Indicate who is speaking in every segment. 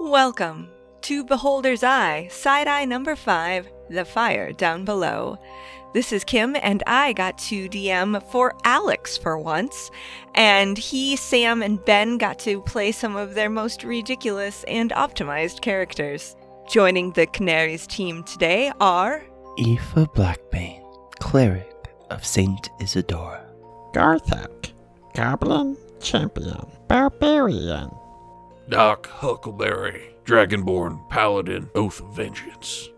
Speaker 1: Welcome to Beholder's Eye, Side Eye Number 5, The Fire Down Below. This is Kim, and I got to DM for Alex for once. And he, Sam, and Ben got to play some of their most ridiculous and optimized characters. Joining the Canaries team today are
Speaker 2: Aoife Blackbane, cleric of Saint Isidore.
Speaker 3: Garthok, Goblin Champion, Barbarian,
Speaker 4: Doc Huckleberry, Dragonborn Paladin, Oath of Vengeance.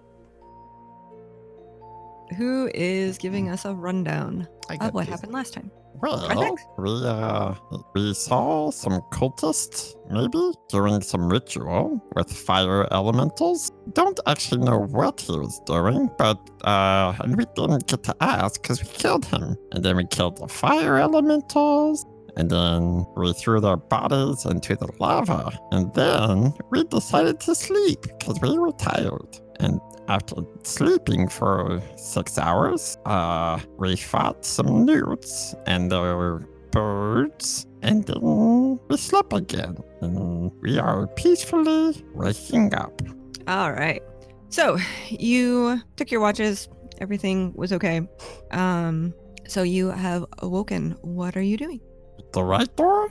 Speaker 1: who is giving us a rundown
Speaker 5: I
Speaker 1: of
Speaker 5: got
Speaker 1: Oh, what
Speaker 5: this.
Speaker 1: happened last time.
Speaker 3: Well,
Speaker 1: Perfect.
Speaker 3: we uh we saw some cultists, maybe, doing some ritual with fire elementals. Don't actually know what he was doing, but uh and we didn't get to ask because we killed him. And then we killed the fire elementals. And then we threw their bodies into the lava. And then we decided to sleep because we were tired. And after sleeping for six hours, uh, we fought some newts and there were birds, and then we slept again. And we are peacefully waking up.
Speaker 1: All right. So you took your watches. Everything was okay. Um, so you have awoken. What are you doing?
Speaker 3: The right door?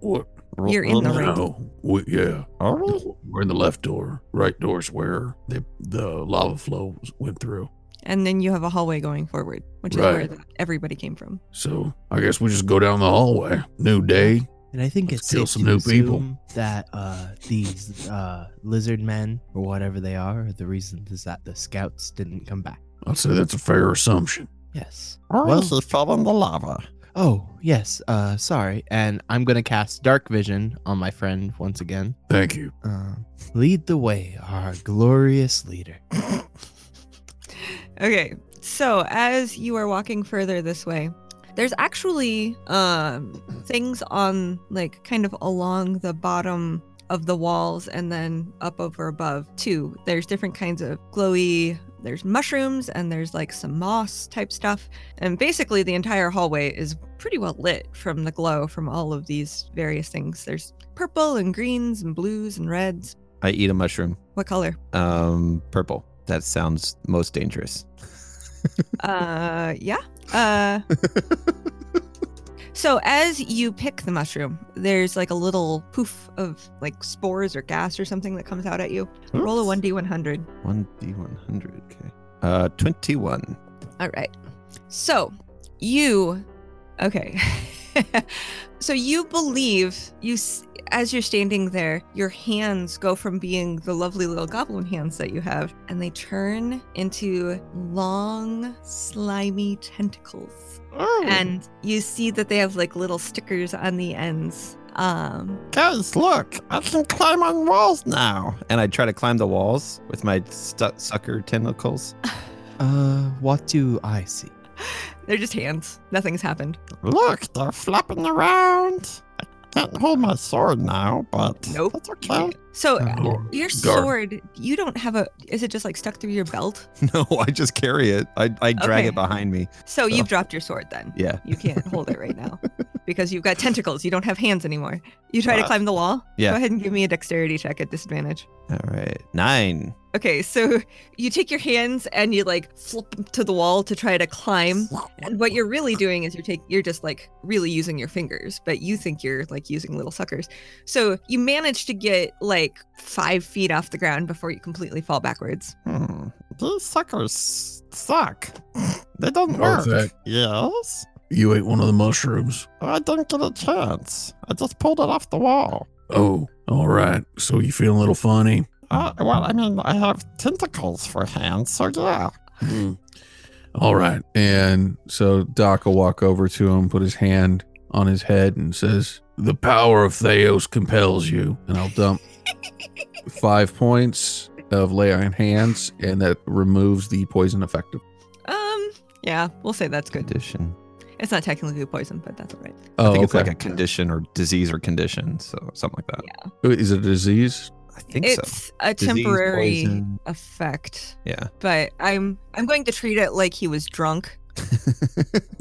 Speaker 4: What?
Speaker 3: W-
Speaker 1: You're in the
Speaker 3: we
Speaker 1: right
Speaker 3: need-
Speaker 1: door.
Speaker 4: No. We, yeah.
Speaker 3: Are we?
Speaker 4: We're in the left door. Right door's where the, the lava flow was- went through.
Speaker 1: And then you have a hallway going forward, which is where
Speaker 4: Right.
Speaker 1: the- everybody came from.
Speaker 4: So I guess we just go down the hallway. New day.
Speaker 2: And I think
Speaker 4: Let's
Speaker 2: it's
Speaker 4: kill
Speaker 2: safe
Speaker 4: some
Speaker 2: to
Speaker 4: new
Speaker 2: assume
Speaker 4: people.
Speaker 2: that uh, these uh, lizard men or whatever they are, the reason is that the scouts didn't come back.
Speaker 4: I'd say that's a fair assumption.
Speaker 2: Yes.
Speaker 3: Or
Speaker 2: Well-
Speaker 3: he fell in the lava.
Speaker 2: Oh yes. Uh, sorry. And I'm gonna cast dark vision on my friend once again.
Speaker 4: Thank you.
Speaker 2: Uh, lead the way, our glorious leader.
Speaker 1: Okay. So as you are walking further this way, there's actually um, things on like kind of along the bottom of the walls and then up over above too. There's different kinds of glowy. There's mushrooms and there's like some moss type stuff. And basically, the entire hallway is pretty well lit from the glow from all of these various things. There's purple and greens and blues and reds.
Speaker 6: I eat a mushroom.
Speaker 1: What color?
Speaker 6: Um, purple. That sounds most dangerous.
Speaker 1: uh yeah uh so as you pick the mushroom there's like a little poof of like spores or gas or something that comes out at you roll a 1d100
Speaker 6: One D one hundred. Okay. Uh, twenty one.
Speaker 1: all right so you okay so you believe you s- as you're standing there your hands go from being the lovely little goblin hands that you have and they turn into long slimy tentacles
Speaker 3: Oh,
Speaker 1: and you see that they have like little stickers on the ends. Um,
Speaker 3: guys, look! I can climb on walls now.
Speaker 6: And I try to climb the walls with my stu- sucker tentacles.
Speaker 2: Uh, what do I see?
Speaker 1: they're just hands. Nothing's happened.
Speaker 3: Look, they're flopping around. I can't hold my sword now, but
Speaker 1: Nope.
Speaker 3: that's okay.
Speaker 1: So
Speaker 2: Oh,
Speaker 1: uh, your
Speaker 4: Gar-
Speaker 1: sword, you don't have a. Is it just like stuck through your belt?
Speaker 6: No, I just carry it. I, I drag
Speaker 1: Okay.
Speaker 6: it behind me.
Speaker 1: So you've dropped your sword then.
Speaker 6: Yeah.
Speaker 1: You can't hold it right now because you've got tentacles. You don't have hands anymore. You try to
Speaker 6: Uh,
Speaker 1: climb the wall.
Speaker 6: yeah.
Speaker 1: Go ahead and give me a dexterity check at disadvantage.
Speaker 6: All right. Nine.
Speaker 1: Okay, so you take your hands and you like flip 'em to the wall to try to climb. And what you're really doing is you're take you're just like really using your fingers, but you think you're like using little suckers. So you manage to get like five feet off the ground before you completely fall backwards.
Speaker 3: Hmm. These suckers suck. They don't work.
Speaker 4: Garthak,
Speaker 3: Yes?
Speaker 4: you ate one of the mushrooms.
Speaker 3: I didn't get a chance. I just pulled it off the wall.
Speaker 4: Oh, all right. So you feeling a little funny?
Speaker 3: Uh, well, I mean, I have tentacles for hands, so yeah.
Speaker 4: Hmm. All right.
Speaker 5: And so Doc will walk over to him, put his hand on his head, and says,
Speaker 4: The power of Theos compels you.
Speaker 5: and I'll dump five points of lay on hands, and that removes the poison effect. of-
Speaker 1: Um, yeah, we'll say that's good.
Speaker 6: Condition.
Speaker 1: It's not technically poison, but that's all right.
Speaker 6: I
Speaker 5: Oh,
Speaker 6: think it's
Speaker 5: okay.
Speaker 6: like a condition or disease or condition, so something like that.
Speaker 5: Is it a disease?
Speaker 6: I think so.
Speaker 1: it's a
Speaker 6: Disease,
Speaker 1: temporary
Speaker 6: poison.
Speaker 1: effect,
Speaker 6: Yeah.
Speaker 1: but I'm I'm going to treat it like he was drunk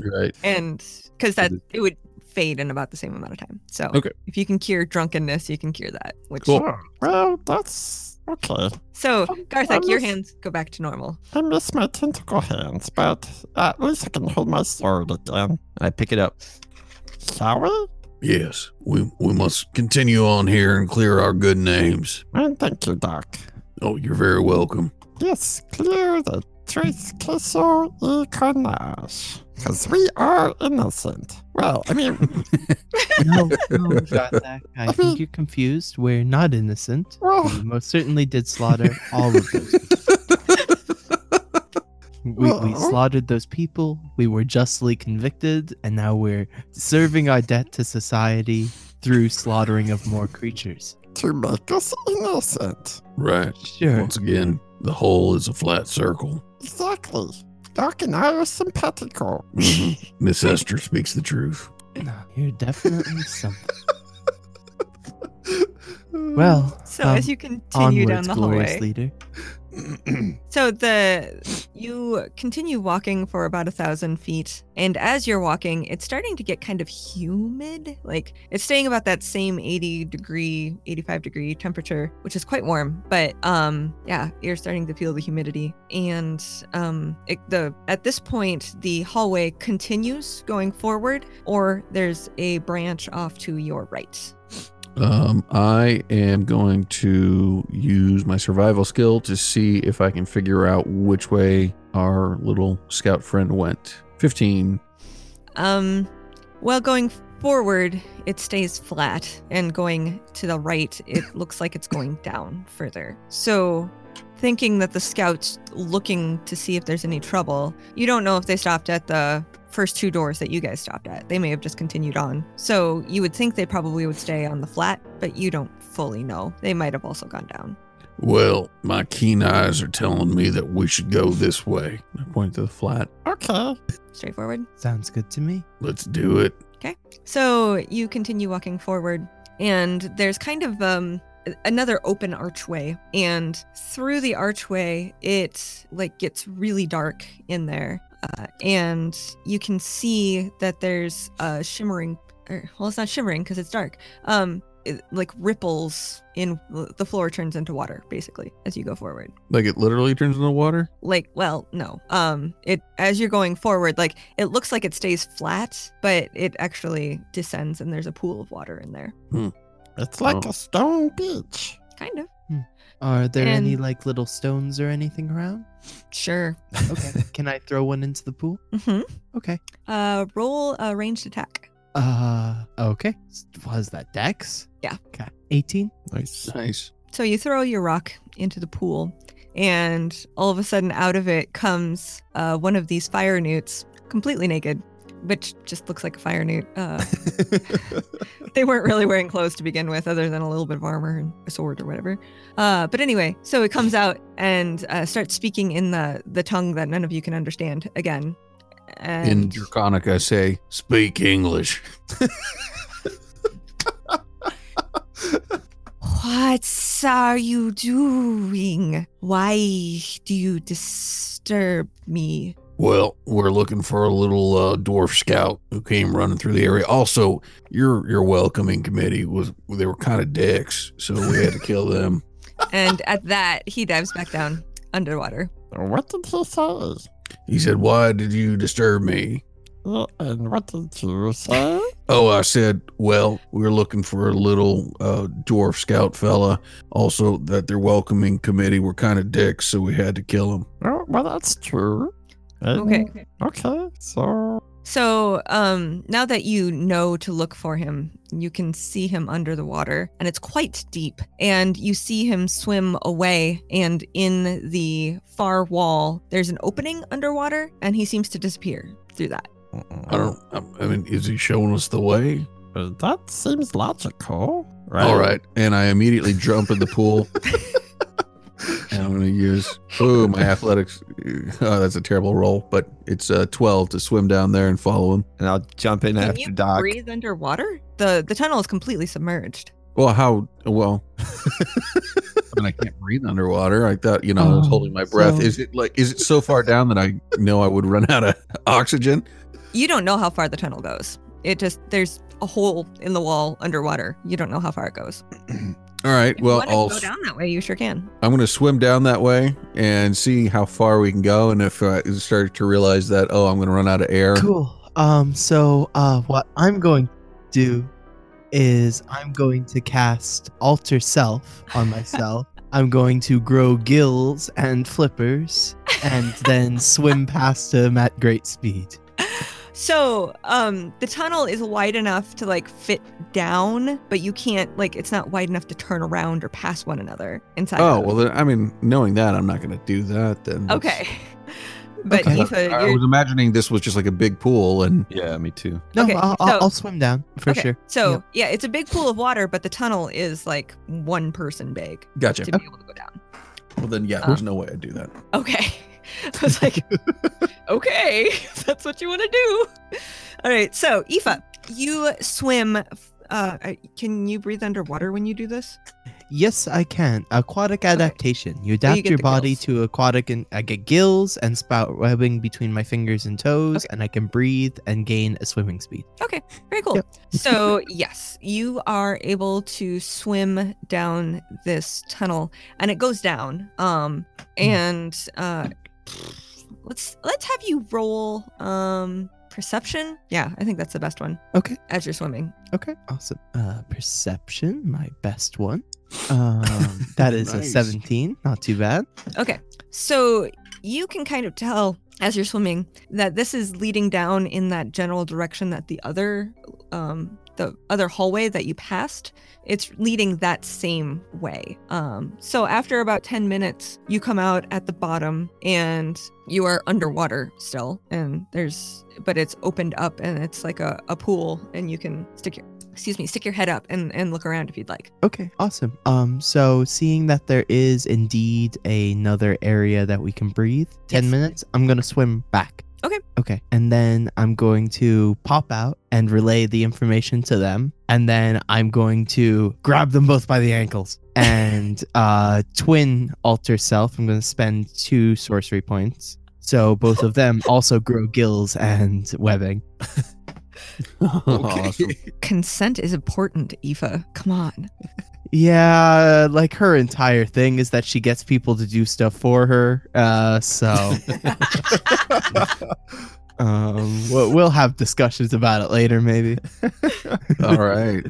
Speaker 5: Right.
Speaker 1: and because that it would fade in about the same amount of time. So
Speaker 5: Okay.
Speaker 1: if you can cure drunkenness, you can cure that. Which
Speaker 5: Cool.
Speaker 3: Well, That's okay.
Speaker 1: So,
Speaker 3: Um,
Speaker 1: Garthak, your
Speaker 3: unless-
Speaker 1: hands go back to normal.
Speaker 3: I miss my tentacle hands, but at least I can hold my sword again.
Speaker 6: I pick it up.
Speaker 3: Shall we?
Speaker 4: Yes, we, we must continue on here and clear our good names.
Speaker 3: And Mm, thank you, Doc.
Speaker 4: Oh, you're very welcome.
Speaker 3: Yes, clear the trace queso y carnage. Because we are innocent. Well, I mean,
Speaker 2: No, no, Gothak, I think you're confused. We're not innocent.
Speaker 3: well,
Speaker 2: We most certainly did slaughter all of those. We, we
Speaker 3: Well-
Speaker 2: slaughtered those people. We were justly convicted, and now we're serving our debt to society through slaughtering of more creatures.
Speaker 3: to make us innocent.
Speaker 4: Right.
Speaker 2: Sure.
Speaker 4: Once again, the whole is a flat circle.
Speaker 3: Exactly. Doc and I are simpatico.
Speaker 4: Miss Esther speaks the truth.
Speaker 2: You're definitely something. Well,
Speaker 1: So,
Speaker 2: um,
Speaker 1: as you continue down
Speaker 2: onwards,
Speaker 1: the
Speaker 2: glorious
Speaker 1: hallway.
Speaker 2: leader.
Speaker 1: So the you continue walking for about a thousand feet, and as you're walking, it's starting to get kind of humid. Like it's staying about that same 80 degree, 85 degree temperature, which is quite warm. But um, yeah, you're starting to feel the humidity, and um, it, the at this point the hallway continues going forward, or there's a branch off to your right.
Speaker 5: Um, I am going to use my survival skill to see if I can figure out which way our little scout friend went. 15.
Speaker 1: Um, well, going forward, it stays flat, and going to the right, it looks like it's going down further. So, thinking that the scouts looking to see if there's any trouble, you don't know if they stopped at the first two doors that you guys stopped at. They may have just continued on. So, you would think they probably would stay on the flat, but you don't fully know. They might have also gone down.
Speaker 4: Well, my keen eyes are telling me that we should go this way.
Speaker 5: I point to the flat.
Speaker 3: okay.
Speaker 1: Straightforward.
Speaker 2: Sounds good to me.
Speaker 4: Let's do it.
Speaker 1: So you continue walking forward, and there's kind of um another open archway and through the archway it like gets really dark in there uh, and you can see that there's a shimmering or, well it's not shimmering because it's dark um it, like ripples in the floor turns into water basically as you go forward
Speaker 5: Like it literally turns into water.
Speaker 1: like well no um it as you're going forward like it looks like it stays flat but it actually descends and there's a pool of water in there
Speaker 3: It's like
Speaker 5: Oh.
Speaker 3: a stone beach.
Speaker 1: kind of
Speaker 2: Are there any
Speaker 1: And-
Speaker 2: like little stones or anything around?
Speaker 1: sure
Speaker 2: Okay. Can I throw one into the pool?
Speaker 1: hmm
Speaker 2: Okay.
Speaker 1: uh roll a ranged attack
Speaker 2: Uh. Okay. S- Was that Dex?
Speaker 1: Yeah.
Speaker 2: Okay. Eighteen.
Speaker 5: Nice. Nice.
Speaker 1: so you throw your rock into the pool and all of a sudden out of it comes uh one of these fire newts completely naked which just looks like a fire newt uh they weren't really wearing clothes to begin with, other than a little bit of armor and a sword or whatever. Uh, but anyway, so it comes out and uh, starts speaking in the the tongue that none of you can understand again. And
Speaker 5: In Draconic, I say,
Speaker 4: Speak English.
Speaker 1: what are you doing? Why do you disturb me?
Speaker 4: Well, we're looking for a little uh, dwarf scout who came running through the area. Also, your your welcoming committee was they were kind of dicks, so we had to kill them.
Speaker 1: And at that, he dives back down underwater.
Speaker 3: What did he say?
Speaker 4: He said, "Why did you disturb me?"
Speaker 3: Uh, And what did you say?
Speaker 4: Oh, I said, "Well, we were looking for a little uh, dwarf scout fella. Also, that their welcoming committee were kind of dicks, so we had to kill him."
Speaker 3: Oh, well, that's true. And-
Speaker 1: Okay.
Speaker 3: Okay, so
Speaker 1: So, um, now that you know to look for him, you can see him under the water, and it's quite deep. And you see him swim away, and in the far wall, there's an opening underwater, and he seems to disappear through that.
Speaker 4: I don't. I, I mean, is he showing us the way?
Speaker 3: Uh, That seems logical, right?
Speaker 5: all right. And I immediately jump in the pool. and I'm going to use, oh, my athletics. Oh, that's a terrible roll, but it's uh, 12 to swim down there and follow him.
Speaker 6: And I'll jump in
Speaker 1: Can
Speaker 6: after
Speaker 1: you
Speaker 5: Uh,
Speaker 6: Doc.
Speaker 1: breathe underwater? the The tunnel is completely submerged.
Speaker 5: Well, how? Well, and I can't breathe underwater. I thought, you know, I was
Speaker 2: Oh,
Speaker 5: holding my breath.
Speaker 2: so-
Speaker 5: Is it like, is it so far down that I know I would run out of oxygen?
Speaker 1: You don't know how far the tunnel goes. It just there's a hole in the wall underwater. You don't know how far it goes.
Speaker 5: All right.
Speaker 1: If
Speaker 5: Well,
Speaker 1: you wanna
Speaker 5: I'll
Speaker 1: go down that way. You sure can.
Speaker 5: I'm going to swim down that way and see how far we can go. And if I start to realize that, oh, I'm going to run out of air.
Speaker 2: Cool. Um, so uh, what I'm going to do is I'm going to cast Alter Self on myself. I'm going to grow gills and flippers and then swim past him at great speed.
Speaker 1: So, um, the tunnel is wide enough to like fit down, but you can't like it's not wide enough to turn around or pass one another inside.
Speaker 5: Oh
Speaker 1: of.
Speaker 5: well, then, I mean, knowing that, I'm not going to do that. Then That's-
Speaker 1: Okay. But
Speaker 2: Okay.
Speaker 1: Aoife,
Speaker 5: I
Speaker 1: you're
Speaker 5: was imagining this was just like a big pool, and
Speaker 6: Yeah, me too.
Speaker 2: No,
Speaker 1: Okay,
Speaker 2: I'll, I'll,
Speaker 1: so-
Speaker 2: I'll swim down for
Speaker 1: okay,
Speaker 2: sure.
Speaker 1: So yeah, it's a big pool of water, but the tunnel is like one person big
Speaker 5: gotcha.
Speaker 1: to be able to go down.
Speaker 5: Well, then yeah,
Speaker 1: Uh,
Speaker 5: there's no way I'd do that.
Speaker 1: Okay. I was like, okay, if that's what you want to do. All right. So Aoife, you swim. Uh, I- can you breathe underwater when you do this?
Speaker 2: Yes, I can. Aquatic adaptation. You
Speaker 1: So you
Speaker 2: adapt
Speaker 1: get
Speaker 2: your
Speaker 1: the
Speaker 2: body
Speaker 1: gills.
Speaker 2: to aquatic, and I get gills and spout webbing between my fingers and toes,
Speaker 1: Okay.
Speaker 2: and I can breathe and gain a swimming speed.
Speaker 1: Very cool.
Speaker 2: Yep.
Speaker 1: so, yes, you are able to swim down this tunnel and it goes down. Um and uh let's let's have you roll um perception. Yeah, I think that's the best one.
Speaker 2: Okay.
Speaker 1: As you're swimming.
Speaker 2: Okay, awesome. Uh, perception, my best one. Um, that is a
Speaker 4: Nice.
Speaker 2: 17. Not too bad.
Speaker 1: So, you can kind of tell as you're swimming that this is leading down in that general direction that the other um the other hallway that you passed it's leading that same way um so after about 10 minutes you come out at the bottom and you are underwater still and there's but it's opened up and it's like a, a pool and you can stick your excuse me stick your head up and and look around if you'd like
Speaker 2: Okay, awesome. Um, so seeing that there is indeed another area that we can breathe, 10
Speaker 1: Yes.
Speaker 2: minutes, I'm going to swim back.
Speaker 1: Okay.
Speaker 2: Okay. And then I'm going to pop out and relay the information to them. And then I'm going to grab them both by the ankles and uh, twin alter self. I'm going to spend two sorcery points. So both of them also grow gills and webbing.
Speaker 5: Awesome.
Speaker 1: consent is important Aoife. come on
Speaker 2: Yeah, like her entire thing is that she gets people to do stuff for her. Uh, so um, we'll, we'll have discussions about it later, maybe.
Speaker 5: All right.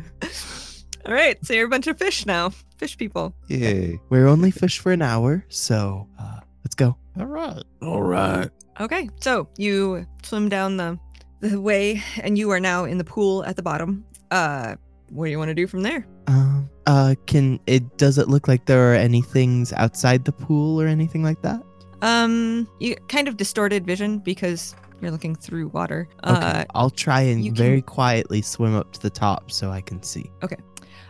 Speaker 1: all right so you're a bunch of fish now fish people
Speaker 6: Yay.
Speaker 2: We're only fish for an hour, so uh, let's go.
Speaker 3: All right.
Speaker 4: All right.
Speaker 1: Okay, so you swim down the the way, and you are now in the pool at the bottom. Uh, what do you want to do from there?
Speaker 2: Um, uh, can it? Does it look like there are any things outside the pool or anything like that?
Speaker 1: Um, you kind of distorted vision because you're looking through water. Uh,
Speaker 2: I'll try
Speaker 1: you
Speaker 2: and
Speaker 1: can-
Speaker 2: very quietly swim up to the top so I can see.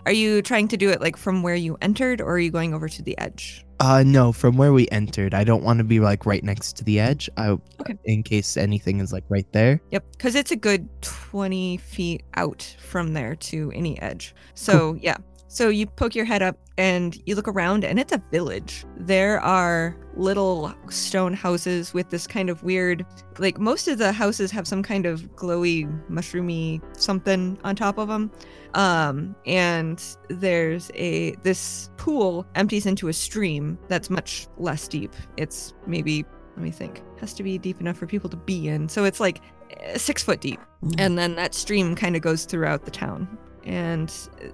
Speaker 1: are you trying to do it like from where you entered, or are you going over to the edge?
Speaker 2: Uh, no, from where we entered, I don't want to be like right next to the edge. I,
Speaker 1: Okay.
Speaker 2: in case anything is like right there.
Speaker 1: Yep, because it's a good 20 feet out from there to any edge. So, yeah. So you poke your head up and you look around, and it's a village. There are little stone houses with this kind of weird, like, most of the houses have some kind of glowy, mushroomy something on top of them. Um, and there's a, this pool empties into a stream that's much less deep. It's maybe, let me think, has to be deep enough for people to be in. So it's like uh, six foot deep.
Speaker 6: Mm.
Speaker 1: And then that stream kind of goes throughout the town. And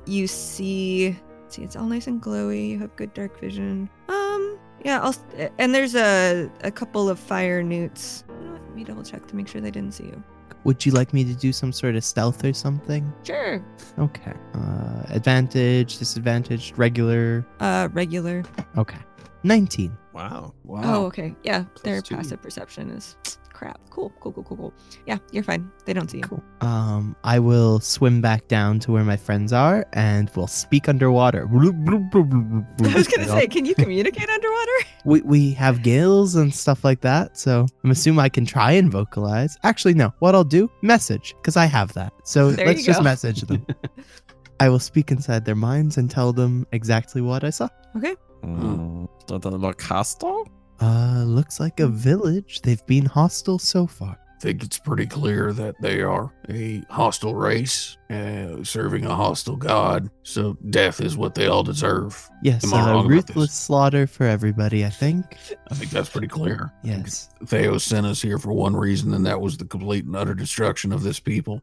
Speaker 1: you see, see, it's all nice and glowy. You have good dark vision. Um, yeah. I'll, and there's a a couple of fire newts. You know what, Let me double check to make sure they didn't see you.
Speaker 2: Would you like me to do some sort of stealth or something?
Speaker 1: Sure.
Speaker 2: Okay. Uh, advantage, disadvantage, regular.
Speaker 1: Uh, regular.
Speaker 2: Okay. 19.
Speaker 6: Wow.
Speaker 1: Oh, okay. Yeah, their
Speaker 6: Plus two.
Speaker 1: passive perception is crap. Cool. Cool. Cool. Cool. Cool. Yeah, you're fine. They don't see you.
Speaker 2: Cool. Um, I will swim back down to where my friends are and we'll speak underwater.
Speaker 1: I was gonna
Speaker 2: You know,
Speaker 1: say, can you communicate underwater?
Speaker 2: we, we have gills and stuff like that, so I'm assuming I can try and vocalize. Actually, no. What I'll do, message, because I have that. So
Speaker 1: There
Speaker 2: let's
Speaker 1: you
Speaker 2: just
Speaker 1: go.
Speaker 2: message them. I will speak inside their minds and tell them exactly what I saw.
Speaker 6: Hmm.
Speaker 3: Mm. Does it look hostile?
Speaker 2: Uh, looks like a village. They've been hostile so far.
Speaker 4: think it's pretty clear that they are a hostile race, uh, serving a hostile god. So death is what they all deserve.
Speaker 2: Yes,
Speaker 4: Am I wrong
Speaker 2: uh,
Speaker 4: about
Speaker 2: ruthless
Speaker 4: this?
Speaker 2: slaughter for everybody, I think.
Speaker 4: I think that's pretty clear.
Speaker 2: Yes.
Speaker 4: Theo sent us here for one reason, and that was the complete and utter destruction of this people.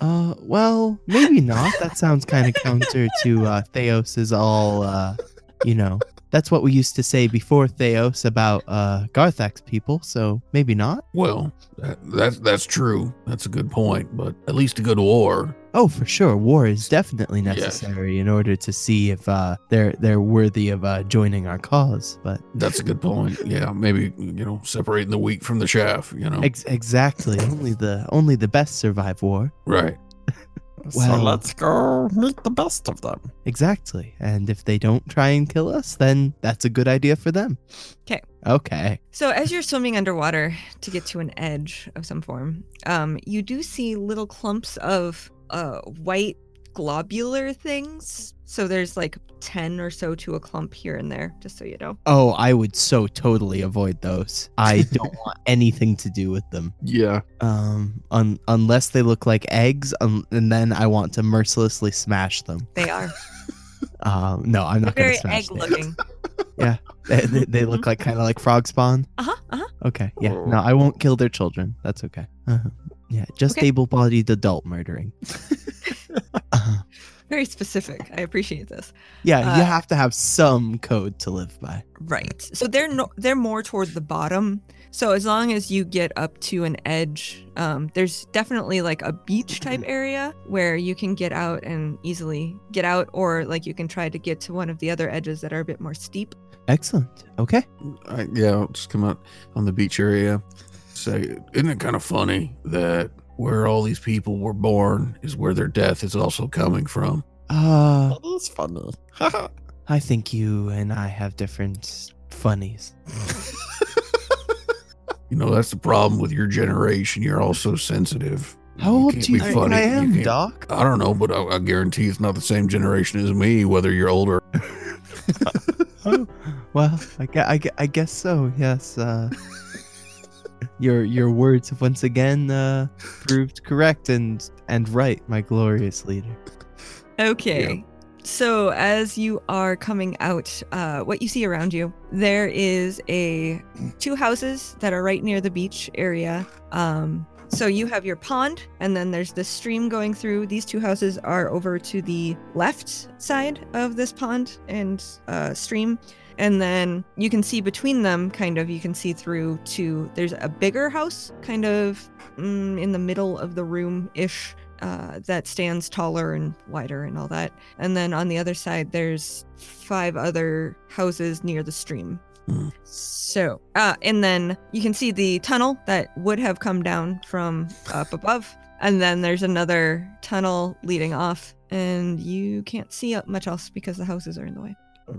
Speaker 2: Uh, well, maybe not. That sounds kind of counter to uh, Theos is all, uh, you know, that's what we used to say before Theos about uh, Garthak's people, so maybe not.
Speaker 4: Well, that, that that's true. That's a good point. But at least a good war.
Speaker 2: Oh, for sure. War is definitely
Speaker 4: Yeah.
Speaker 2: necessary in order to see if uh, they're they're worthy of uh, joining our cause. But
Speaker 4: That's a good point. Yeah, maybe you know separating the wheat from the chaff. You know,
Speaker 2: ex- exactly, only the only the best survive war.
Speaker 4: right?
Speaker 2: Well-
Speaker 3: so let's go meet the best of them.
Speaker 2: Exactly. And if they don't try and kill us, then that's a good idea for them.
Speaker 1: 'Kay.
Speaker 2: Okay.
Speaker 1: So, as you're swimming underwater to get to an edge of some form, um, you do see little clumps of uh, white globular things. So, there's like 10 or so to a clump here and there, just so you know.
Speaker 2: Oh, I would so totally avoid those. I don't want anything to do with them.
Speaker 5: Yeah.
Speaker 2: Um, un- unless they look like eggs, um, and then I want to mercilessly smash them.
Speaker 1: They are
Speaker 2: Um, no, I'm not going
Speaker 1: very
Speaker 2: to smash
Speaker 1: egg
Speaker 2: them.
Speaker 1: looking.
Speaker 2: They, they, they look like kind of like frog spawn.
Speaker 1: Uh huh. Uh huh.
Speaker 2: Okay, yeah. No, I won't kill their children. That's okay. Uh-huh. Yeah, just
Speaker 1: Okay.
Speaker 2: able-bodied adult murdering. Uh,
Speaker 1: Very specific. I appreciate this.
Speaker 2: yeah, you
Speaker 1: Uh,
Speaker 2: have to have some code to live by.
Speaker 1: Right. So they're no, they're more toward the bottom. So as long as you get up to an edge, um, there's definitely like a beach type area where you can get out and easily get out, or like you can try to get to one of the other edges that are a bit more steep.
Speaker 2: Excellent. Okay.
Speaker 5: I, yeah. I'll just come out on the beach area.
Speaker 4: Say, isn't it kind of funny that where all these people were born is where their death is also coming from?
Speaker 2: Uh,
Speaker 3: That is funny.
Speaker 2: I think you and I have different funnies.
Speaker 4: You know, that's the problem with your generation. You're all so sensitive.
Speaker 2: How old
Speaker 4: can't
Speaker 2: do you
Speaker 4: be
Speaker 2: think
Speaker 4: funny.
Speaker 2: I
Speaker 4: You
Speaker 2: am,
Speaker 4: can't-
Speaker 2: Doc?
Speaker 4: I don't know, but I, I guarantee it's not the same generation as me, whether you're older.
Speaker 2: Oh, well, I, gue- I, gue- I guess so. Yes. Uh, your your words have once again uh, proved correct and and right, my glorious leader.
Speaker 1: Okay. So as you are coming out, uh, what you see around you, there is a two houses that are right near the beach area. Um, so you have your pond, and then there's this stream going through. These two houses are over to the left side of this pond and uh, stream, and then you can see between them. Kind of, you can see through to there's a bigger house, kind of mm, in the middle of the room ish uh, that stands taller and wider and all that. And then on the other side, there's five other houses near the stream.
Speaker 4: Hmm.
Speaker 1: So, uh, and then you can see the tunnel that would have come down from up above. And then there's another tunnel leading off, and you can't see up much else because the houses are in the way.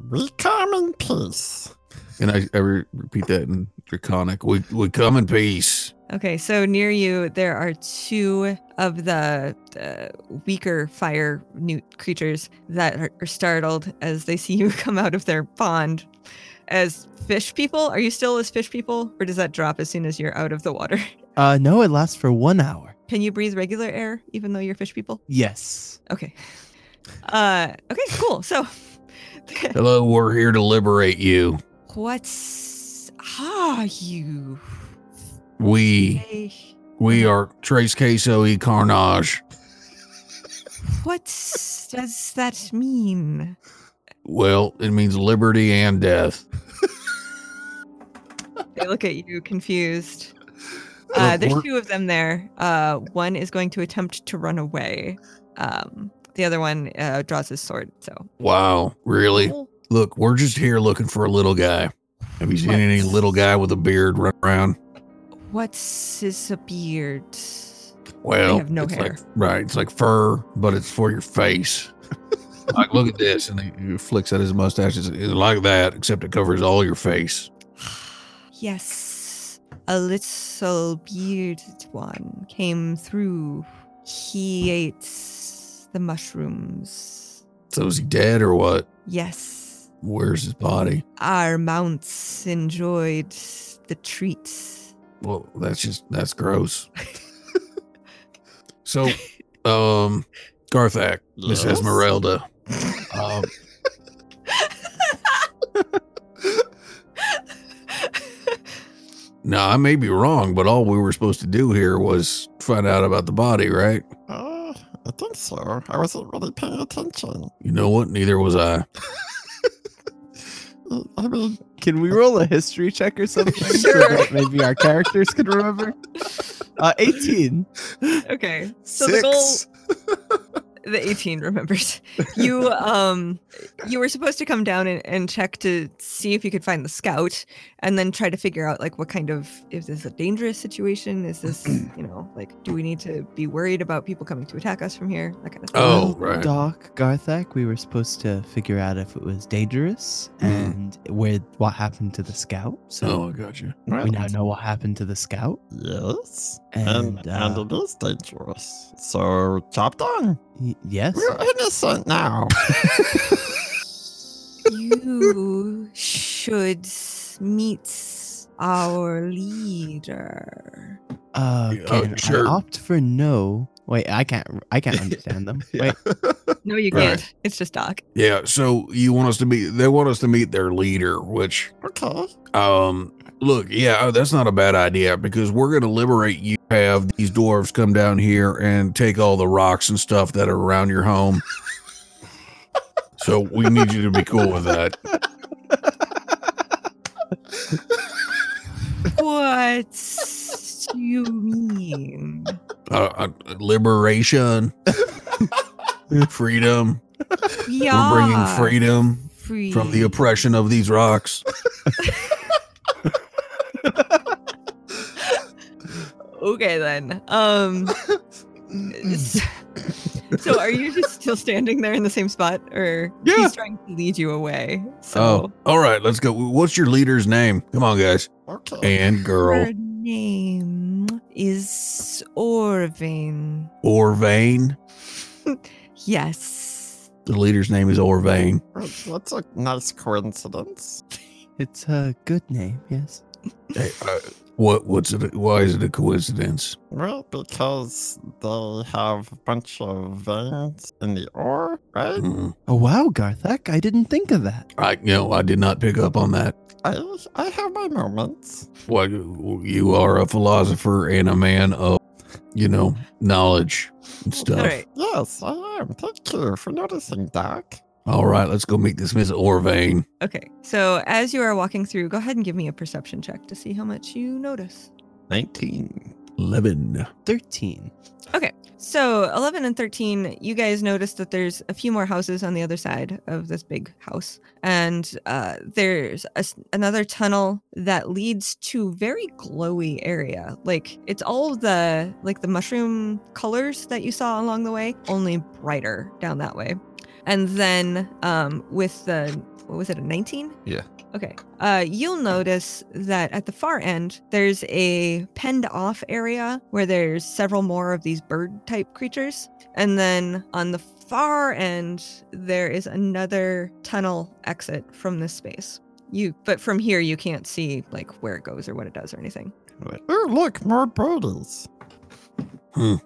Speaker 3: we come in peace.
Speaker 5: And I, I re- repeat that in draconic.
Speaker 4: We, we come in peace.
Speaker 1: Okay, so near you there are two of the uh, weaker fire new creatures that are, are startled as they see you come out of their pond. As fish people, are you still as fish people, or does that drop as soon as you're out of the water?
Speaker 2: Uh, no, it lasts for one hour.
Speaker 1: Can you breathe regular air even though you're fish people?
Speaker 2: Yes.
Speaker 1: Okay. Uh, okay, cool. So,
Speaker 4: Hello, we're here to liberate you.
Speaker 1: what's are you?
Speaker 4: We
Speaker 1: Hey,
Speaker 4: we are Trace Queso e Carnage.
Speaker 1: What does that mean?
Speaker 4: Well, it means liberty and death.
Speaker 1: They look at you confused.
Speaker 4: Uh,
Speaker 1: Uh, there's
Speaker 4: we're-
Speaker 1: two of them there. Uh, one is going to attempt to run away. Um, the other one uh, draws his sword. So
Speaker 4: Wow, really? Look, we're just here looking for a little guy. Have you seen any little guy with a beard run around?
Speaker 1: what's his beard?
Speaker 4: Well,
Speaker 1: have no
Speaker 4: it's
Speaker 1: hair.
Speaker 4: like- right, it's like fur, but it's for your face. like, look at this, and he, he flicks at his mustache. It's, it's like that, except it covers all your face.
Speaker 1: yes, a little bearded one came through. He ate the mushrooms.
Speaker 4: So is he dead or what?
Speaker 1: Yes,
Speaker 4: Where's his body?
Speaker 1: our mounts enjoyed the treats.
Speaker 4: Well, that's just that's gross. so, um, Garthak, Miss
Speaker 3: Yes?
Speaker 4: Esmeralda, um, now I may be wrong, but all we were supposed to do here was find out about the body, right?
Speaker 3: Uh, I think so. I wasn't really paying attention.
Speaker 4: You know what? Neither was I.
Speaker 3: Uh, I mean,
Speaker 2: Can we roll a history check or something?
Speaker 1: Sure.
Speaker 2: that maybe our characters can remember. Uh, 18.
Speaker 1: Okay. So the goal the 18 remembers you um you were supposed to come down and, and check to see if you could find the scout and then try to figure out like what kind of is this a dangerous situation is this you know like do we need to be worried about people coming to attack us from here that kind of thing
Speaker 4: Oh,
Speaker 2: Well,
Speaker 4: right.
Speaker 2: Doc Garthak, we were supposed to figure out if it was dangerous
Speaker 4: Mhm.
Speaker 2: and where what happened to the scout. So
Speaker 4: I got you.
Speaker 2: we now know what happened to the scout.
Speaker 3: Yes.
Speaker 2: And,
Speaker 3: Oh, And,
Speaker 2: uh,
Speaker 3: and it is dangerous. So, chop done.
Speaker 2: y- yes.
Speaker 3: We're innocent now.
Speaker 1: you should meet our leader
Speaker 2: Uh,
Speaker 4: Yeah, oh,
Speaker 2: can
Speaker 4: sure.
Speaker 2: I opt for no? Wait, I can't. I can't understand them. Wait,
Speaker 1: no you
Speaker 4: Right.
Speaker 1: can't it's just doc
Speaker 4: Yeah. So you want us to meet? They want us to meet their leader, which
Speaker 3: okay.
Speaker 4: Um, look, yeah, oh, that's not a bad idea because we're going to liberate you. Have these dwarves come down here and take all the rocks and stuff that are around your home. so we need you to be cool with that.
Speaker 1: what do you mean
Speaker 4: Uh, uh, liberation, freedom.
Speaker 1: yeah
Speaker 4: We're bringing freedom
Speaker 1: free
Speaker 4: from the oppression of these rocks.
Speaker 1: Okay then. Um s- So are you just still standing there in the same spot or
Speaker 4: Yeah.
Speaker 1: he's trying to lead you away.
Speaker 4: Oh,
Speaker 1: So
Speaker 4: all right, let's go. What's your leader's name? Come on, guys
Speaker 3: Okay.
Speaker 4: and girl.
Speaker 1: her name is Orvin.
Speaker 4: Orvain.
Speaker 1: Yes.
Speaker 4: The leader's name is Orvain.
Speaker 3: Well, That's a nice coincidence.
Speaker 2: it's a good name. Yes.
Speaker 4: Hey, uh, what? What's it? Why is it a coincidence?
Speaker 3: Well, because they have a bunch of veins in the ore, right?
Speaker 4: Mm,
Speaker 2: Oh wow, Garthak, I didn't think of that.
Speaker 4: I you know I did not pick up on that.
Speaker 3: I I have my moments.
Speaker 4: Well, you you are a philosopher and a man of you know knowledge and stuff.
Speaker 1: All right.
Speaker 3: Yes, I am. Thank you for noticing, Doc.
Speaker 4: All right, let's go meet this Miss Orvain.
Speaker 1: Okay. So as you are walking through, go ahead and give me a perception check to see how much you notice.
Speaker 4: 19, 11.
Speaker 2: 13.
Speaker 1: So 11 and 13, you guys notice that there's a few more houses on the other side of this big house. And uh, there's a s another tunnel that leads to very glowy area. Like it's all of the like the mushroom colors that you saw along the way, only brighter down that way. And then um, with the what was it a 19?
Speaker 6: Yeah.
Speaker 1: Okay. Uh, you'll notice that at the far end, there's a penned off area where there's several more of these bird type creatures. And then on the far end, there is another tunnel exit from this space. You, but from here, you can't see like where it goes or what it does or anything.
Speaker 3: Oh, look, more birdies.
Speaker 1: Okay.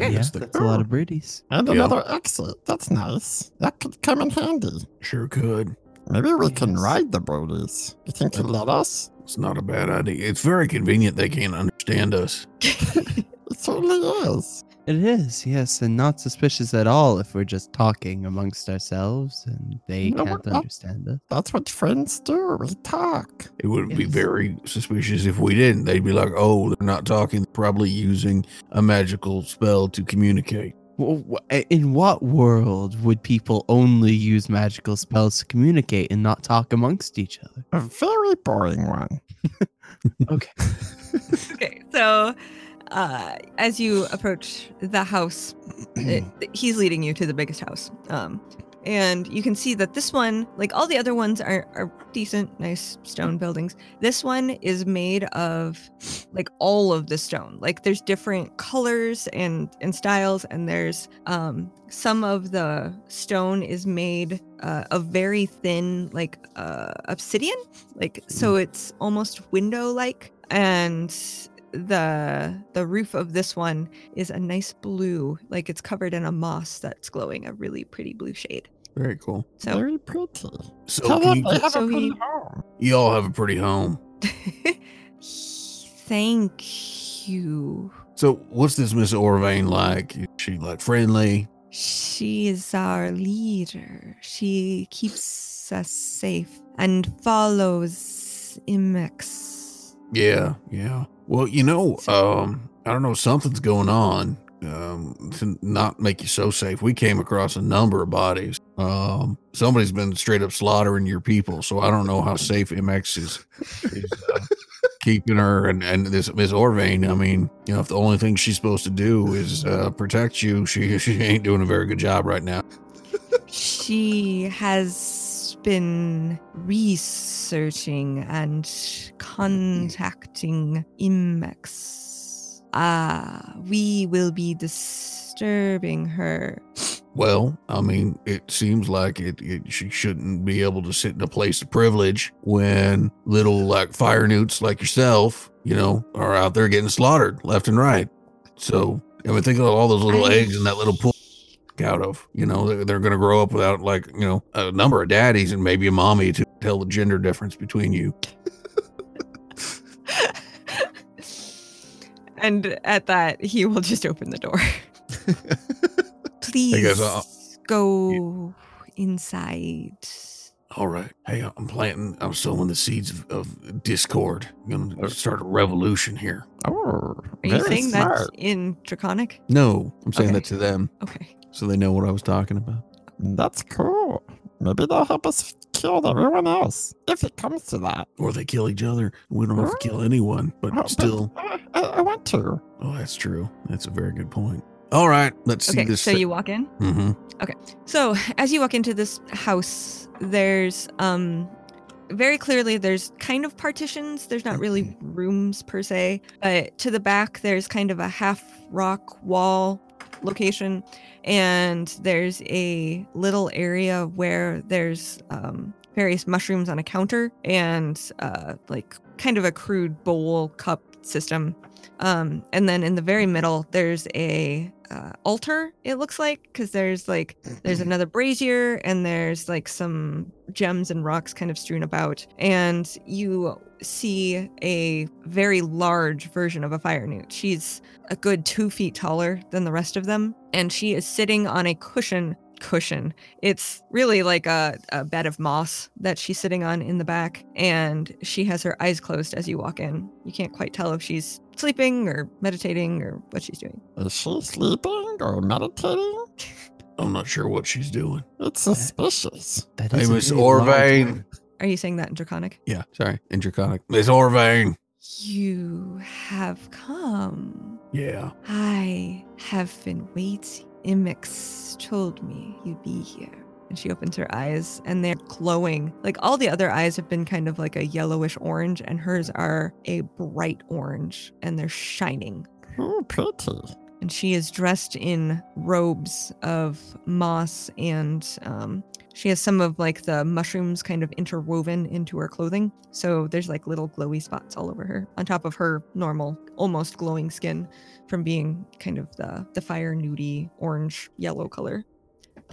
Speaker 2: Yeah,
Speaker 4: Yes, the-
Speaker 2: that's a lot of birdies.
Speaker 3: And
Speaker 4: Yeah.
Speaker 3: another exit. That's nice. That could come in handy.
Speaker 4: Sure could.
Speaker 3: Maybe we can
Speaker 2: Yes.
Speaker 3: ride the birdies. You think you'll let us?
Speaker 4: It's not a bad idea. It's very convenient they can't understand us.
Speaker 3: It certainly is.
Speaker 2: It is, yes, and not suspicious at all if we're just talking amongst ourselves and they
Speaker 3: No, we're
Speaker 2: can't
Speaker 3: not.
Speaker 2: understand us.
Speaker 3: That's what friends do. We talk.
Speaker 4: It would be
Speaker 2: Yes.
Speaker 4: very suspicious if we didn't. They'd be like, "Oh, they're not talking. They're probably using a magical spell to communicate."
Speaker 2: Well, wh- In what world would people only use magical spells to communicate and not talk amongst each other?
Speaker 3: A very boring one.
Speaker 1: okay. So, uh, as you approach the house, it- he's leading you to the biggest house. Um, and you can see that this one, like all the other ones, are, are decent, nice stone buildings. This one is made of like all of the stone. Like there's different colors and and styles, and there's um, some of the stone is made uh, of very thin, like uh, obsidian, like so it's almost window like. and the the roof of this one is a nice blue, like it's covered in a moss that's glowing a really pretty blue shade.
Speaker 5: Very cool.
Speaker 1: So
Speaker 3: Very pretty.
Speaker 4: So
Speaker 3: Tell
Speaker 4: can
Speaker 3: them
Speaker 4: you,
Speaker 3: they have
Speaker 1: So
Speaker 3: a pretty
Speaker 1: he-
Speaker 3: home.
Speaker 4: you all have a pretty home.
Speaker 1: thank you.
Speaker 4: So what's this Miss Orvain like? Is she like friendly?
Speaker 1: She is our leader. She keeps us safe and follows Imex.
Speaker 4: Yeah, yeah. Well, you know, um, I don't know, something's going on. Um, to not make you so safe. We came across a number of bodies. Um, somebody's been straight up slaughtering your people, so I don't know how safe MX is is, uh, keeping her and, and this Miss Orvain. I mean, you know, if the only thing she's supposed to do is uh, protect you, she she ain't doing a very good job right now.
Speaker 1: She has been researching and contacting Imex. Ah, we will be disturbing her.
Speaker 4: Well, I mean, it seems like it, it she shouldn't be able to sit in a place of privilege when little like fire newts like yourself, you know, are out there getting slaughtered left and right. So, I mean, think of all those little
Speaker 1: I-
Speaker 4: eggs in that little pool out of, you know, they're, they're going to grow up without like, you know, a number of daddies and maybe a mommy to tell the gender difference between you.
Speaker 1: and at that, he will just open the door. Please
Speaker 4: I'll-
Speaker 1: go inside.
Speaker 4: All right. Hey, I'm planting, I'm sowing the seeds of, of discord. I'm going to start a revolution here.
Speaker 3: Oh,
Speaker 1: Are you
Speaker 3: very
Speaker 1: saying
Speaker 3: smart.
Speaker 1: that's in Draconic?
Speaker 5: No, I'm saying
Speaker 1: Okay.
Speaker 5: that to them
Speaker 1: Okay.
Speaker 5: so they know what I was talking about.
Speaker 3: That's cool. Maybe they'll help us kill everyone else if it comes to that.
Speaker 4: or they kill each other. We don't have to kill anyone, but
Speaker 3: Oh, but
Speaker 4: still.
Speaker 3: I, I I want to.
Speaker 4: Oh, that's true. That's a very good point. All right, let's see
Speaker 1: Okay.
Speaker 4: this.
Speaker 1: So you walk in.
Speaker 4: hmm
Speaker 1: So as you walk into this house, there's um very clearly there's kind of partitions. There's not really rooms per se, but to the back there's kind of a half rock wall location, and there's a little area where there's um various mushrooms on a counter and uh like kind of a crude bowl cup system um, and then in the very middle, there's a uh, altar. It looks like because there's like there's another brazier and there's like some gems and rocks kind of strewn about, and you see a very large version of a fire newt. She's a good two feet taller than the rest of them, and she is sitting on a cushion. Cushion. It's really like a, a bed of moss that she's sitting on in the back, and she has her eyes closed as you walk in. You can't quite tell if she's sleeping or meditating or what she's doing.
Speaker 3: Is she sleeping or meditating?
Speaker 4: I'm not sure what she's doing.
Speaker 3: It's suspicious.
Speaker 2: That
Speaker 4: Hey,
Speaker 2: is a
Speaker 4: Miss
Speaker 2: really large
Speaker 4: Orvain.
Speaker 2: one.
Speaker 1: Are you saying that in Draconic?
Speaker 5: Yeah, sorry. In Draconic.
Speaker 4: Miss Orvain.
Speaker 1: You have come.
Speaker 4: Yeah.
Speaker 1: I have been waiting. Imix told me you'd be here. And she opens her eyes and they're glowing. Like all the other eyes have been kind of like a yellowish orange, and hers are a bright orange and they're shining.
Speaker 3: Ooh, pretty.
Speaker 1: and she is dressed in robes of moss and um, she has some of like the mushrooms kind of interwoven into her clothing so there's like little glowy spots all over her on top of her normal almost glowing skin from being kind of the, the fire nudie orange yellow color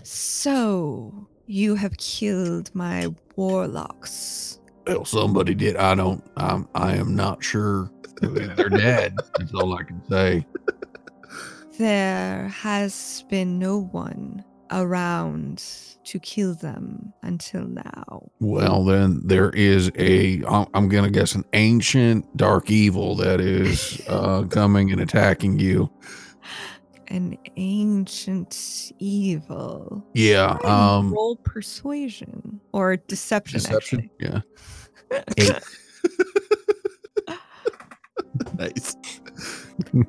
Speaker 1: so you have killed my warlocks
Speaker 4: Well, somebody did. I don't. I'm. I am not sure. They're dead. That's all I can say.
Speaker 1: There has been no one around to kill them until now.
Speaker 4: Well, then there is a. I'm I'm gonna guess an ancient dark evil that is uh, coming and attacking you.
Speaker 1: An ancient evil.
Speaker 4: Yeah. Um.
Speaker 1: roll persuasion or deception.
Speaker 5: Deception.
Speaker 1: actually.
Speaker 5: Yeah.
Speaker 6: Nice.
Speaker 5: Get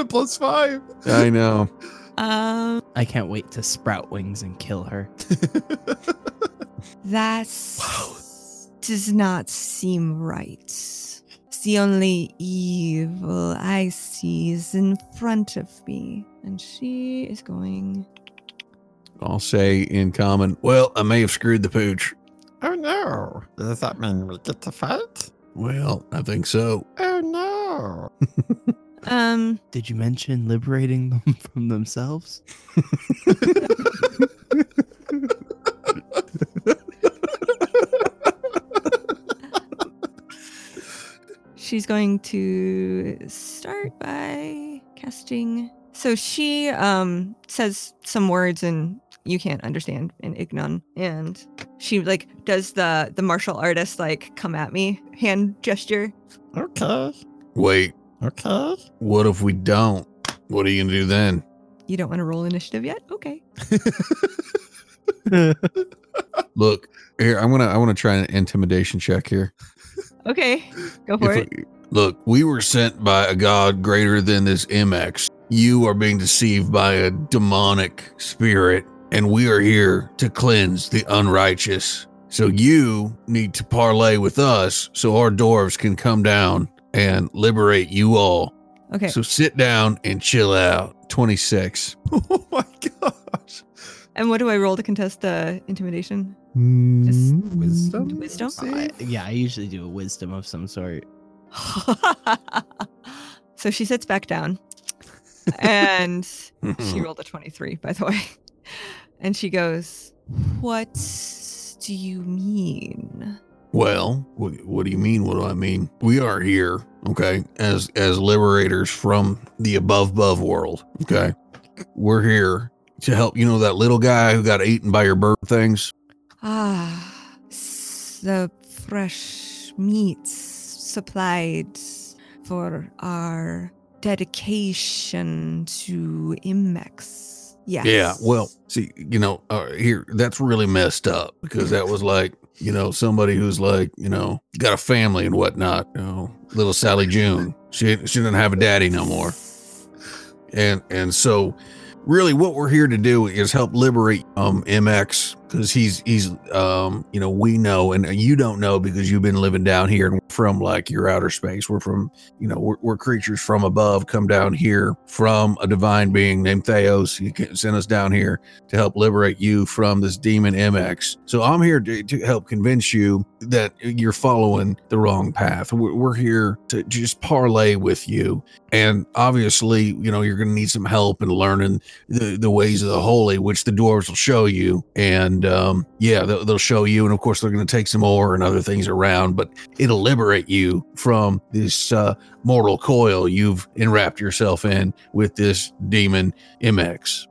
Speaker 5: a plus five. I know.
Speaker 1: Um,
Speaker 2: I can't wait to sprout wings and kill her.
Speaker 1: that does not seem right. The only evil I see is in front of me, and she is going
Speaker 5: I'll say in common.
Speaker 4: Well, I may have screwed the pooch.
Speaker 3: Oh no. Does that mean we get to fight?
Speaker 4: Well, I think so.
Speaker 3: Oh no.
Speaker 1: Um,
Speaker 2: Did you mention liberating them from themselves?
Speaker 1: she's going to start by casting. So she um says some words and you can't understand in Ignan, and she like does the the martial artist like come at me hand gesture.
Speaker 3: Okay.
Speaker 4: Wait,
Speaker 3: Okay.
Speaker 4: what if we don't? What are you gonna do then?
Speaker 1: You don't want to roll initiative yet? Okay.
Speaker 4: Look,
Speaker 5: Here, I'm gonna I want to try an intimidation check here.
Speaker 1: Okay. Go for
Speaker 4: if
Speaker 1: it.
Speaker 4: we, look, we were sent by a god greater than this MX. You are being deceived by a demonic spirit, and we are here to cleanse the unrighteous. So you need to parlay with us so our dwarves can come down and liberate you all.
Speaker 1: Okay.
Speaker 4: So sit down and chill out.
Speaker 5: 26.
Speaker 6: Oh my gosh.
Speaker 1: and what do I roll to contest the intimidation?
Speaker 6: Hmm, Wisdom?
Speaker 1: Wisdom?
Speaker 2: I-
Speaker 6: save?
Speaker 2: yeah, I usually do a wisdom of some sort.
Speaker 1: so she sits back down and she
Speaker 4: Hmm.
Speaker 1: rolled a 23 by the way and she goes what do you mean
Speaker 4: Well, what, what do you mean? What do I mean? We are here, okay, as as liberators from the above above world, okay. We're here to help. You know that little guy who got eaten by your bird things.
Speaker 1: ah s- the fresh meats supplied for our dedication to imex yes
Speaker 4: Yeah. Well, see, you know, uh, here that's really messed up because that was like, you know, somebody who's like, you know, got a family and whatnot. You know, little Sally June. She she doesn't have a daddy no more. and and so really what we're here to do is help liberate um mx because he's he's um you know we know and you don't know because you've been living down here and we're from like your outer space we're from you know we're, we're creatures from above come down here from a divine being named theos you can send us down here to help liberate you from this demon mx so i'm here to, to help convince you that you're following the wrong path we're, we're here to just parlay with you and obviously you know you're going to need some help in learning the, the ways of the holy which the dwarves will show you and um, yeah they'll, they'll show you and of course they're going to take some ore and other things around but it'll liberate you from this uh, mortal coil you've enwrapped yourself in with this demon mx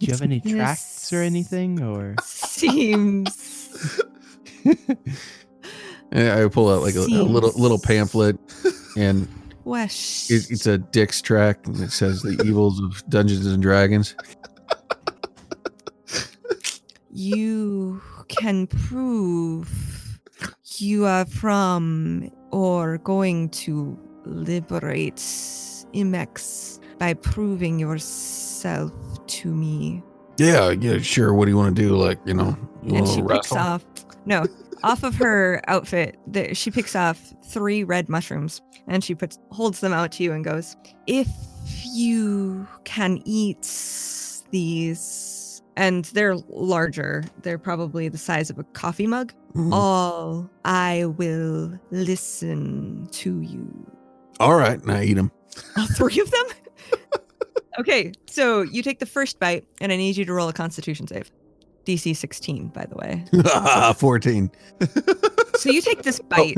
Speaker 2: Do you have any tracts or
Speaker 1: Yes.
Speaker 2: anything? Or
Speaker 1: seems
Speaker 5: And I pull out like a, a little little pamphlet, and
Speaker 1: wesh
Speaker 5: it, it's a Dick's track, and it says the evils of Dungeons and Dragons.
Speaker 1: you can prove you are from or going to liberate Imex by proving yourself to me.
Speaker 4: yeah yeah sure what do you want to do like you know you
Speaker 1: and
Speaker 4: wanna
Speaker 1: she picks
Speaker 4: wrestle?
Speaker 1: off no off of her outfit the, she picks off three red mushrooms and she puts holds them out to you and goes if you can eat these and they're larger they're probably the size of a coffee mug
Speaker 4: Mhm.
Speaker 1: all i will listen to you
Speaker 4: all right now eat them
Speaker 1: all three of them okay so you take the first bite and i need you to roll a constitution save dc 16 by the way
Speaker 4: 14
Speaker 1: So you take this bite,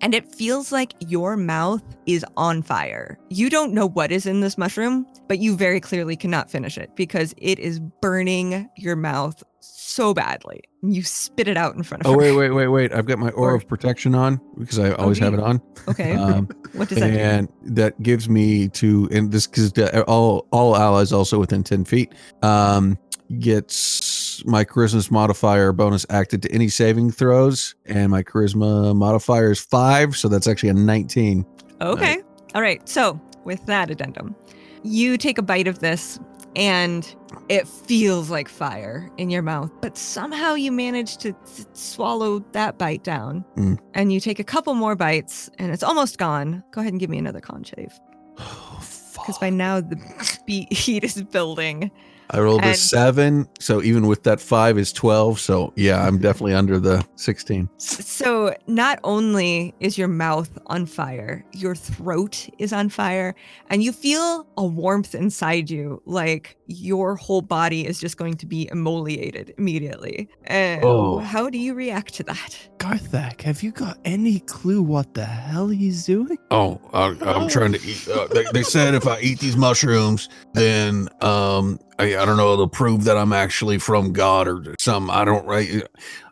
Speaker 1: and it feels like your mouth is on fire. You don't know what is in this mushroom, but you very clearly cannot finish it because it is burning your mouth so badly. You spit it out in front of
Speaker 5: Oh
Speaker 1: her.
Speaker 5: wait, wait, wait, wait! I've got my aura of protection on because I always have it on.
Speaker 1: Okay.
Speaker 4: Uh,
Speaker 5: Um,
Speaker 1: what does that do?
Speaker 5: and that gives me to and this because all all allies also within 10 feet um gets my charisma's modifier bonus acted to any saving throws and my charisma modifier is five so that's actually a 19
Speaker 1: Okay. All right. So, with that addendum, you take a bite of this and it feels like fire in your mouth, but somehow you manage to s- swallow that bite down.
Speaker 5: Mm.
Speaker 1: And you take a couple more bites and it's almost gone. Go ahead and give me another con shave
Speaker 5: oh, fuck.
Speaker 1: because by now the be- heat is building.
Speaker 5: I rolled a
Speaker 1: And-
Speaker 5: seven, so even with that five is twelve. So yeah, I'm definitely under the sixteen.
Speaker 1: So not only is your mouth on fire, your throat is on fire, and you feel a warmth inside you, like your whole body is just going to be emoliated immediately. And
Speaker 4: Oh.
Speaker 1: how do you react to that?
Speaker 2: Garthak, have you got any clue what the hell he's doing?
Speaker 4: Oh, I, I'm trying to eat. Uh, they, they said if I eat these mushrooms, then um, I, I don't know, it'll prove that I'm actually from God or something. I don't right.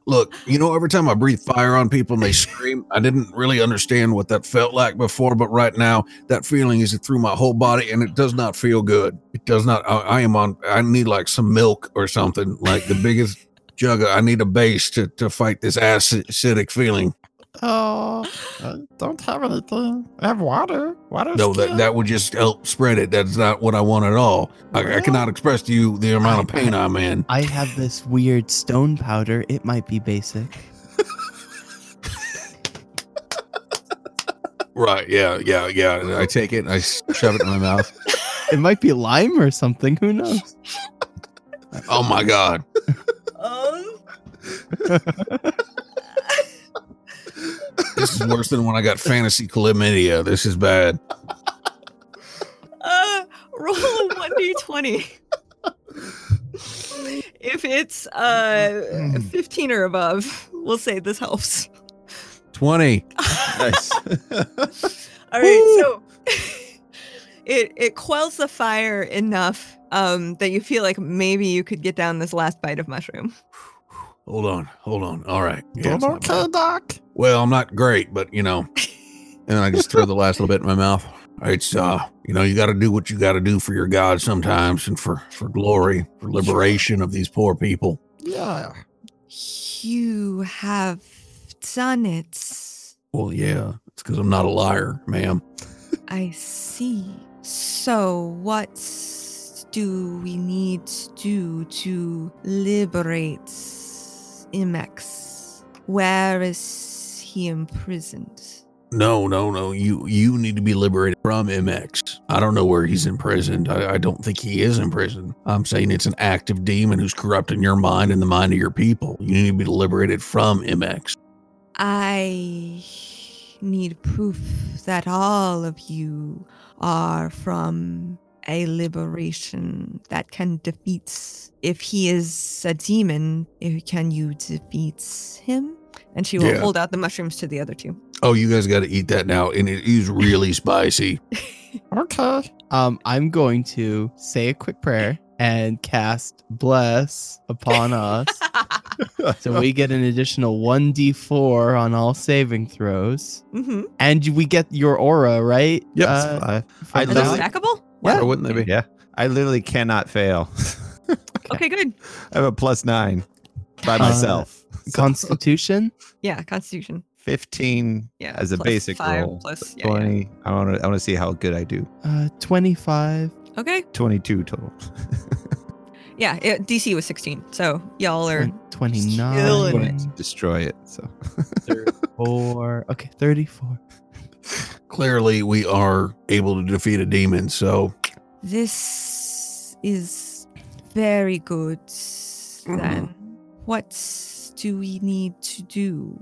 Speaker 4: Look, you know, every time I breathe fire on people and they scream, I didn't really understand what that felt like before, but right now that feeling is through my whole body and it does not feel good. It does not. I, I am on. I need like some milk or something, like the biggest jug. of- I need a base to to fight this acid, acidic feeling.
Speaker 3: Oh, I don't have anything. I have water. Water's
Speaker 4: No, that,
Speaker 3: good.
Speaker 4: that would just help spread it. That's not what I want at all. I, I cannot express to you the amount of pain I'm in.
Speaker 2: I have this weird stone powder. It might be basic.
Speaker 4: Right? Yeah, yeah, yeah.
Speaker 5: I take it, and I s- shove it in my mouth.
Speaker 2: It might be lime or something. Who knows?
Speaker 4: I- oh my god.
Speaker 1: Um,
Speaker 4: This is worse than when I got fantasy chlamydia. This is bad.
Speaker 1: uh, roll a 1d20. if it's uh 15 or above, we'll say this helps.
Speaker 5: Twenty.
Speaker 6: Nice.
Speaker 1: All right, so it it quells the fire enough um, that you feel like maybe you could get down this last bite of mushroom.
Speaker 4: Hold on, hold on. All right. Yeah,
Speaker 3: I'm
Speaker 4: it's not
Speaker 3: okay,
Speaker 4: bad.
Speaker 3: Doc.
Speaker 4: Well, I'm not great, but you know,
Speaker 5: And then I just throw the last little bit in my mouth.
Speaker 4: it's uh, you know, you got to do what you got to do for your God sometimes, and for for glory, for liberation of these poor people.
Speaker 3: Yeah.
Speaker 1: You have done it.
Speaker 4: Well, yeah, it's because I'm not a liar, ma'am.
Speaker 1: I see. So what do we need to do to liberate Imex? Where is he imprisoned?
Speaker 4: No, no, no. You you need to be liberated from MX. I don't know where he's imprisoned. I, I don't think he is in prison. I'm saying it's an active demon who's corrupting your mind and the mind of your people. You need to be liberated from MX.
Speaker 1: I need proof that all of you are from a liberation that can defeat. If he is a demon, if, can you defeat him? And she will
Speaker 4: Yeah.
Speaker 1: hold out the mushrooms to the other two.
Speaker 4: Oh, you guys got to eat that now, and it is really spicy.
Speaker 3: Okay.
Speaker 2: Um, I'm going to say a quick prayer and cast bless upon us. so we get an additional 1d4 on all saving throws.
Speaker 1: hmm
Speaker 2: And we get your aura, right?
Speaker 5: Yep.
Speaker 2: Uh,
Speaker 6: I,
Speaker 2: from
Speaker 6: I
Speaker 1: Are
Speaker 2: the-
Speaker 1: those
Speaker 6: literally,
Speaker 1: stackable?
Speaker 5: Why wouldn't they be?
Speaker 6: yeah, Oh, I literally cannot fail.
Speaker 1: Okay, good.
Speaker 6: I have a plus nine by
Speaker 2: Uh,
Speaker 6: myself. So
Speaker 2: Constitution?
Speaker 1: Yeah, Constitution.
Speaker 6: Fifteen
Speaker 1: Yeah,
Speaker 6: as a
Speaker 1: plus
Speaker 6: basic
Speaker 1: five
Speaker 6: roll.
Speaker 1: plus- yeah, yeah.
Speaker 6: twenty. I want to. I want to see how good I do.
Speaker 2: Uh, 25.
Speaker 1: Okay.
Speaker 6: Twenty-two total.
Speaker 1: Yeah, it, DC was 16, so y'all are.
Speaker 2: twen-
Speaker 6: I
Speaker 1: Killing
Speaker 6: want
Speaker 2: 29.
Speaker 6: to destroy it. So
Speaker 2: 34. Okay, 34.
Speaker 4: Clearly, we are able to defeat a demon. So,
Speaker 1: This is very good. Then, what do we need to do?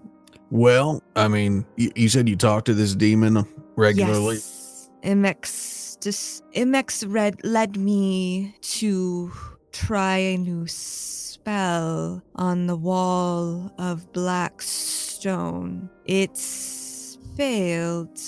Speaker 4: well, I mean, you, you said you talk to this demon regularly.
Speaker 1: Yes, MX just MX read led me to try a new spell on the wall of black stone. It failed,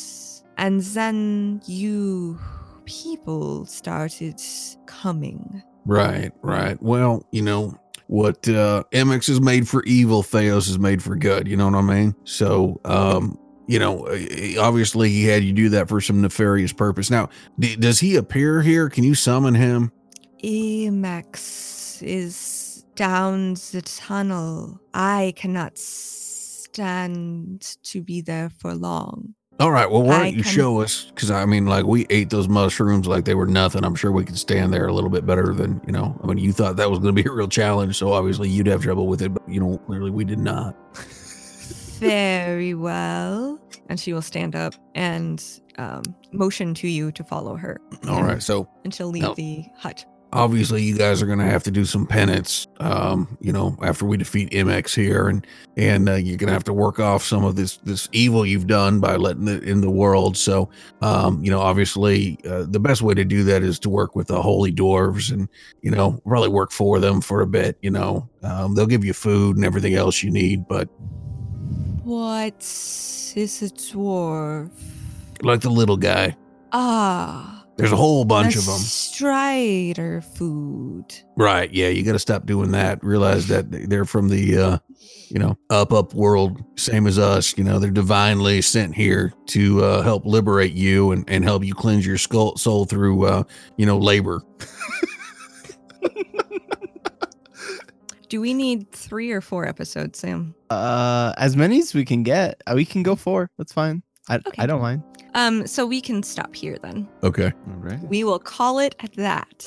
Speaker 1: and then you people started coming.
Speaker 4: Right, right. Well, you know what uh MX is made for evil, Theos is made for good, you know what I mean? So, um, you know, eh, obviously he had you do that for some nefarious purpose. Now, d- does he appear here? Can you summon him?
Speaker 1: Emax is down the tunnel. I cannot stand to be there for long.
Speaker 4: All right, well, why
Speaker 1: I
Speaker 4: don't you
Speaker 1: can-
Speaker 4: show us cuz I mean, like we ate those mushrooms like they were nothing. I'm sure we could stand there a little bit better than, you know. I mean, you thought that was going to be a real challenge, so obviously you'd have trouble with it, but you know, clearly we did not.
Speaker 1: Very well. And she will stand up and um, motion to you to follow her.
Speaker 4: All right. So,
Speaker 1: And she'll leave
Speaker 4: No.
Speaker 1: the hut.
Speaker 4: obviously you guys are going to have to do some penance um you know after we defeat mx here and and uh, you're going to have to work off some of this this evil you've done by letting it in the world so um you know obviously uh, the best way to do that is to work with the holy dwarves and you know probably work for them for a bit you know um, they'll give you food and everything else you need but
Speaker 7: What is a dwarf?
Speaker 4: like the little guy
Speaker 7: Ah,
Speaker 4: there's a whole bunch
Speaker 7: a
Speaker 4: of them
Speaker 7: Strider food.
Speaker 4: Right. Yeah, you got to stop doing that. Realize that they're from the, uh, you know, up up world, same as us. You know, they're divinely sent here to uh, help liberate you and, and help you cleanse your skull, soul through, uh, you know, labor.
Speaker 7: Do we need three or four episodes, Sam?
Speaker 2: Uh, as many as we can get. Uh, We can go four. That's fine. I,
Speaker 7: Okay.
Speaker 2: I don't mind.
Speaker 7: Um, so we can stop here then.
Speaker 4: Okay.
Speaker 3: All right.
Speaker 7: We will call it at that.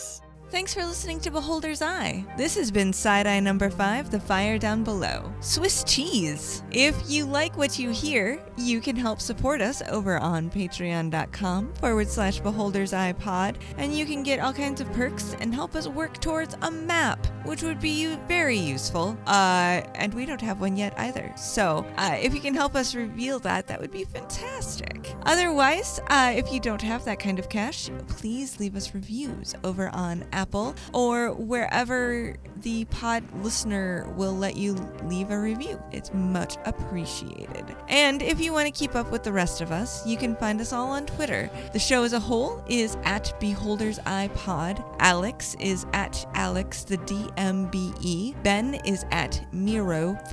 Speaker 1: Thanks for listening to Beholder's Eye. This has been Side Eye Number 5, The Fire Down Below. Swiss cheese! If you like what you hear, you can help support us over on patreon.com forward slash beholder's eye pod, and you can get all kinds of perks and help us work towards a map, which would be very useful. Uh, and we don't have one yet either. So uh, if you can help us reveal that, that would be fantastic. Otherwise, uh, if you don't have that kind of cash, please leave us reviews over on Apple or wherever the pod listener will let you leave a review. It's much appreciated. And if you want to keep up with the rest of us, you can find us all on Twitter. The show as a whole is at Beholder's Eye Pod. Alex is at Alex the DMBE. E. Ben is at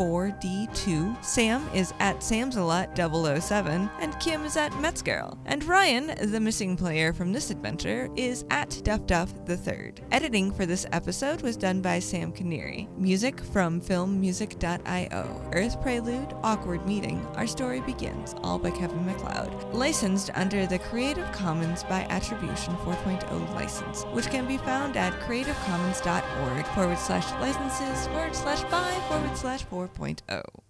Speaker 1: Miro4D2. Sam is at Samsalot007. And Kim is at Metzgirl. And Ryan, the missing player from this adventure, is at Duff Duff the Third. Editing for this episode was done by Sam Canary. Music from filmmusic.io. Earth Prelude, Awkward Meeting, Our Story Begins, all by Kevin McLeod. Licensed under the Creative Commons by Attribution 4.0 license, which can be found at creativecommons.org forward slash licenses forward slash by forward slash 4.0.